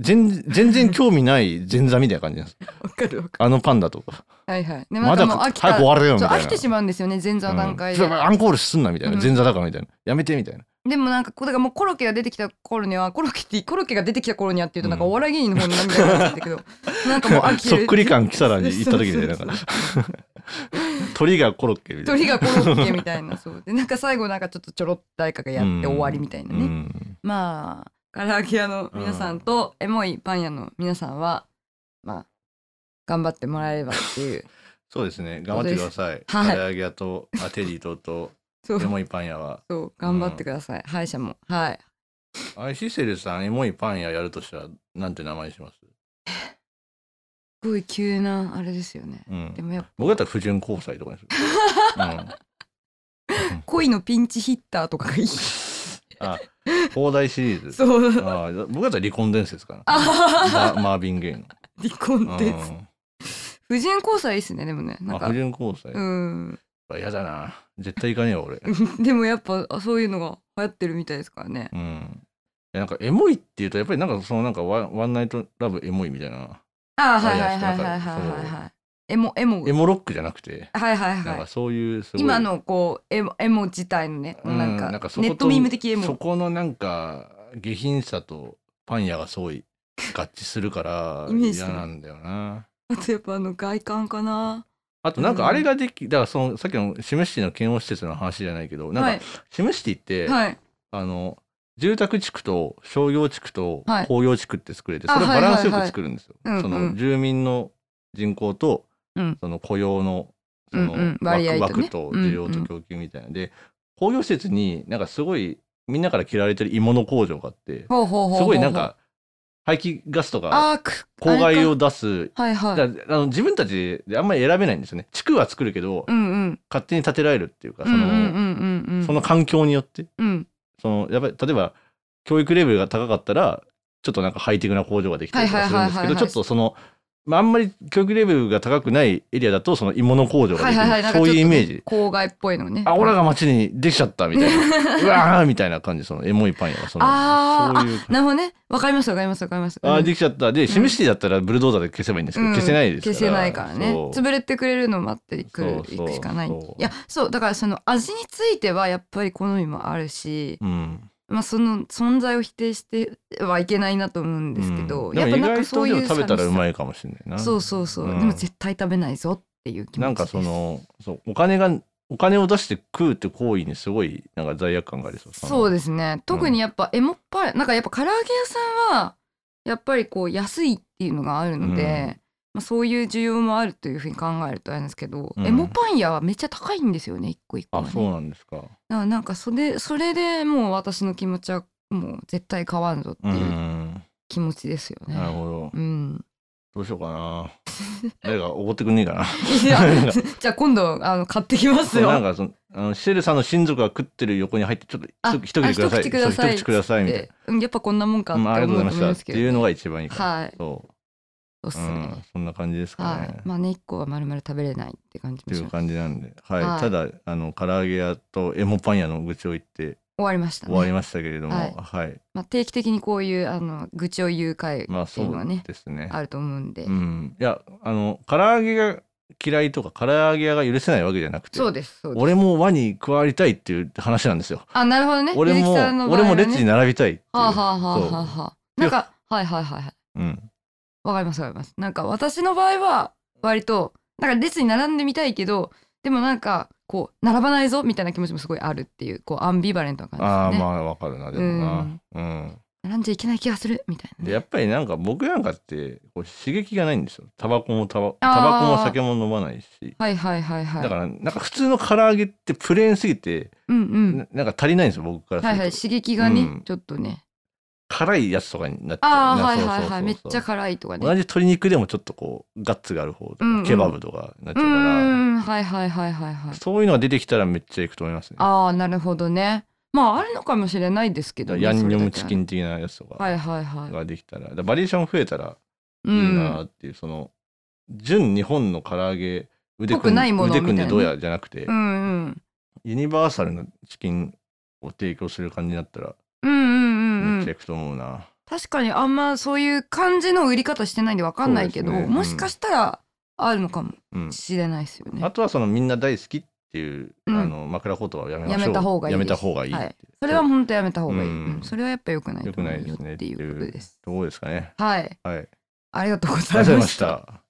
S1: 全全然興味ない前座みたいな感じなん
S2: [LAUGHS]
S1: です。
S2: わかるわか
S1: あのパンだと
S2: るはいはいね
S1: まだ
S2: もう
S1: 早
S2: 飽
S1: く
S2: きた
S1: 終われよみ
S2: そう
S1: たいな。
S2: 飽きてしまうんですよね前座の段階で、
S1: うんアンコールすんなみたいな
S2: うん
S1: 前座だからみたいなやめてみたいな。
S2: でもなんかこうだからもうコロッケが出てきた頃にはコロッケってコロッケが出てきた頃にはっていうとなんか
S1: うん
S2: お笑い芸人の方に涙が出てきたけど
S1: [LAUGHS]
S2: なんかもう飽きて
S1: そっ
S2: る
S1: くり感キサラに行った時みたいな
S2: [LAUGHS] そう
S1: なんか鳥がコロッケみたいな。
S2: 鳥がコロッケみたいなそうでなんか最後なんかちょっとちょろっと誰かがやって終わりみたいなね、
S1: うん
S2: まあ唐揚げ屋の皆さんとエモいパン屋の皆さんはまあ頑張ってもらえればっ
S1: [LAUGHS]
S2: ていう
S1: そうですね頑張ってください。唐
S2: はい
S1: 揚げ屋とアテリーとと
S2: [LAUGHS] そう
S1: エモいパン屋は。
S2: そう頑張ってください、歯医者もはい
S1: あれシセルさんエモいパン屋やるとしたらなんて名前にします、
S2: すごい急なあれですよね
S1: うん
S2: で、もやっぱ
S1: 僕だったら不純交際とかにする、うん、
S2: 恋のピンチヒッターと
S1: [LAUGHS]
S2: かがいい
S1: あ
S2: [LAUGHS]
S1: 放題シリーズ
S2: そう
S1: あー僕だったら離婚伝説かな
S2: あ
S1: マ
S2: はは
S1: マービン・ゲイの、
S2: 離婚
S1: う
S2: です
S1: ん
S2: 婦人交際いいっすねでもねなん
S1: あ
S2: か
S1: 不純交際
S2: うん [LAUGHS]
S1: 嫌だな絶対行かねえよ俺、
S2: でもやっぱあそういうのが流行ってるみたいですからね
S1: うん、いやなんかエモいっていうとやっぱりなんかそのなんかワンワンナイトラブエモいみたいな
S2: あー
S1: あ
S2: はいい
S1: や
S2: はいはいはいはい
S1: なん
S2: はい
S1: か
S2: はいエモエモ
S1: エモロックじゃなくて
S2: はい
S1: な
S2: はい
S1: ん
S2: は
S1: か
S2: い
S1: そういうすごい
S2: 今のこうエモエモ自体のね
S1: うん
S2: なんか
S1: なんかそこと
S2: ネットミーム的エ
S1: そ
S2: モ
S1: このなんか下品さとパン屋がすご
S2: [LAUGHS]
S1: い合致するから
S2: イメージす
S1: 嫌
S2: る
S1: なんだよな。
S2: あとやっぱあの外観かな
S1: あとなんかあれができ、だからそのさっきのシムシティの嫌悪施設の話じゃないけど、な
S2: は
S1: ん
S2: い
S1: かシムシティって、
S2: はい
S1: あの住宅地区と商業地区と
S2: はい
S1: 工業地区って作れて、
S2: あ
S1: それをバランスよ
S2: はい
S1: く
S2: はいはい
S1: 作るんですよ。
S2: うんうん
S1: その住民の人口と、
S2: うん
S1: その雇用のその
S2: うんうん割合
S1: 枠
S2: とね
S1: 枠と需要と供給みたいな、で工業施設になんかすごいみんなから嫌われてる鋳物工場があって、
S2: ほうほうほうほう
S1: すごいなんか排気ガスとか
S2: あーく
S1: 公害を
S2: あれか
S1: 出す
S2: はいは
S1: だ
S2: い
S1: からあの自分たちであんまり選べないんですよね地区は作るけど、
S2: うんうん
S1: 勝手に建てられるっていうか
S2: う
S1: そ
S2: んう
S1: の,、
S2: んうんうんうん
S1: その環境によって
S2: うん
S1: そのやっぱり例えば教育レベルが高かったらちょっとなんかハイテクな工場ができたりとかするんですけ
S2: はいはいはいは
S1: ど
S2: いは
S1: ちょ
S2: い
S1: っとその、まああんまり教育レベルが高くないエリアだとその鋳物工場が
S2: は
S1: で
S2: い
S1: きる、
S2: はいはいなんか
S1: そういう
S2: ちょっと
S1: イメージ。
S2: 郊外っぽいのね
S1: あ、オラが街にできちゃったみたい
S2: [LAUGHS]
S1: な。うわーみたいな感じ、そのエモいパン屋が。その
S2: あー
S1: そういう感じ
S2: なるほどねわかりますわかりますわかります
S1: あ
S2: う
S1: ー
S2: ん
S1: できちゃった。で、シムシティだったらブルドーザーで消せばいいんですけど、
S2: うん
S1: 消せないですから。
S2: 消せないからね
S1: そう
S2: 潰れてくれるのを待ってくる
S1: そう
S2: 行くしかない
S1: そうそう
S2: いやそうだからその味についてはやっぱり好みもあるし、
S1: うん。
S2: まあ、その存在を否定してはいけないなと思うんですけど、
S1: うん
S2: やっぱ
S1: でも
S2: なん
S1: 意外
S2: かそ
S1: と
S2: うい
S1: で
S2: う
S1: も食べたらう
S2: い
S1: まいかもしれないな
S2: そうそうそう、
S1: うん
S2: でも絶対食べないぞっていう気持ち
S1: なんかそのそうお金がお金を出して食うって行為にすごいなんか罪悪感がありそう
S2: そう
S1: で
S2: ですね特にやっぱエモっぱいなんかやっぱ唐揚げ屋さんはやっぱりこう安いっていうのがあるので、
S1: う
S2: まあ、そういう需要もあるというふうに考えるとあれなんですけど、
S1: うん
S2: エモパン屋はめっちゃ高いんですよね一個一個
S1: あ
S2: がね
S1: そうなんですか
S2: だからなんかそれそれでもう私の気持ちはもう絶対変わんぞって
S1: うん
S2: いう気持ちですよね。
S1: なるほど
S2: うん、
S1: どうしようかな誰かおごってくんねえか
S2: [LAUGHS]
S1: ない [LAUGHS]
S2: やじゃあ今度あの買ってきます
S1: そう
S2: よ。
S1: なんかそのあのシセルさんの親族が食ってる横に入ってちょっと
S2: あ
S1: 一一口くださ
S2: あ
S1: い
S2: 一口くださ
S1: そ
S2: い
S1: う一口くださいみたい
S2: でうんやっぱこんなもんか
S1: な、
S2: っ
S1: う
S2: て
S1: んありがと
S2: 思
S1: う
S2: う
S1: ご
S2: と
S1: ざいまし
S2: 思いま
S1: たっ
S2: す
S1: て
S2: け
S1: い
S2: ど、
S1: うのが一番いいかな、
S2: はい
S1: そ
S2: おす
S1: う、
S2: す
S1: う
S2: め、
S1: ん、そんな感じですか
S2: は
S1: ね、
S2: い、まあね一個は丸々食べれないって感じ
S1: と
S2: も
S1: い
S2: し
S1: う
S2: ます
S1: 感じなんで、はい
S2: はい
S1: ただあの唐揚げ屋とエモパン屋の愚痴を言って
S2: 終わりました、ね。
S1: 終わりましたけれども、
S2: はい
S1: はい、
S2: まあ定期的にこういうあの愚痴を言う会
S1: まあ
S2: って
S1: そ
S2: い
S1: う
S2: のは
S1: う
S2: ね
S1: ですね。
S2: あると思うんで、
S1: うん、いやあの唐揚げが嫌いとか唐揚げ屋が許せないわけじゃなくて、
S2: そうですそうです。
S1: 俺も輪に加わりたいっていう話なんですよ。
S2: あなるほどね。
S1: 俺
S2: ゆず
S1: も、
S2: きさんの場合
S1: 俺
S2: はね
S1: も列に並びたいっていう。
S2: はあ、はあはあはあ
S1: そ
S2: はあ、なんかはいはいはいはい。
S1: ううん、
S2: わかりますわかります。なんか私の場合は割となんか列に並んでみたいけどでもなんかこう並ばないぞみたいな気持ちもすごいあるっていうこうアンビバレントな感じです
S1: ああ
S2: ね。
S1: まあわかるなでもな。うん。
S2: 並んじゃいけない気がするみたいなね、
S1: でやっぱりなんか僕なんかってこう刺激がないんですよタバコもタバタ
S2: あー
S1: バコも酒も飲まないし
S2: はいはいはいはい
S1: だからなんか普通の唐揚げってプレーンすぎて、
S2: うんうん
S1: ななんか足りないんですよ僕からする
S2: は
S1: と、
S2: いはい刺激がね、
S1: うん
S2: ちょっとね
S1: 辛いやつとかになっち
S2: あ
S1: ゃう
S2: あ
S1: な
S2: はい
S1: そうそう
S2: はい
S1: そうそ
S2: は
S1: う
S2: いめっちゃ辛いとかね
S1: 同じ鶏肉でもちょっとこうガッツがある方とか、
S2: うんうん
S1: ケバブとかになっち
S2: う
S1: ゃうから、
S2: んはいはいはいはいはい
S1: そういうのが出てきたらめっちゃいくと思いますね
S2: ああなるほどねまああるのかもしれないですけど、ね、
S1: ヤンニョムチキ
S2: ン
S1: ン的なやつと
S2: は
S1: か
S2: いはいはい
S1: ができたら,、バリエーション増えたら
S2: う
S1: いい
S2: ん
S1: なっていう、その純日本の唐揚げ腕
S2: ぽく
S1: 組ん
S2: ないもの
S1: 腕組んで
S2: みたいなね
S1: どうやじゃなくて、
S2: うんうん
S1: ユニバーサルのチキンを提供する感じになったら
S2: うんうんう
S1: めっ
S2: んう
S1: ちゃ
S2: ん
S1: いくと思うな、
S2: 確かにあんまそういう感じの売り方してないんでわかんないけど、
S1: そうですね
S2: もしかしたらあるのかも
S1: うん
S2: しれないですよね
S1: あとはそのみんな大好きっていう、
S2: うん
S1: あの枕言葉をやめましょう
S2: やめた方がいい
S1: や
S2: です
S1: めた方がいいって
S2: はいそれは本当やめた方がいい、
S1: うん
S2: うんそれはやっぱ良くない
S1: 良
S2: と
S1: く
S2: 思
S1: な
S2: う
S1: いで
S2: よ
S1: すね
S2: っていうことです
S1: どうですかね
S2: はい
S1: はい
S2: ありがとうご
S1: ありが
S2: ざ
S1: とうござ
S2: い
S1: い
S2: ま
S1: ま
S2: し
S1: したた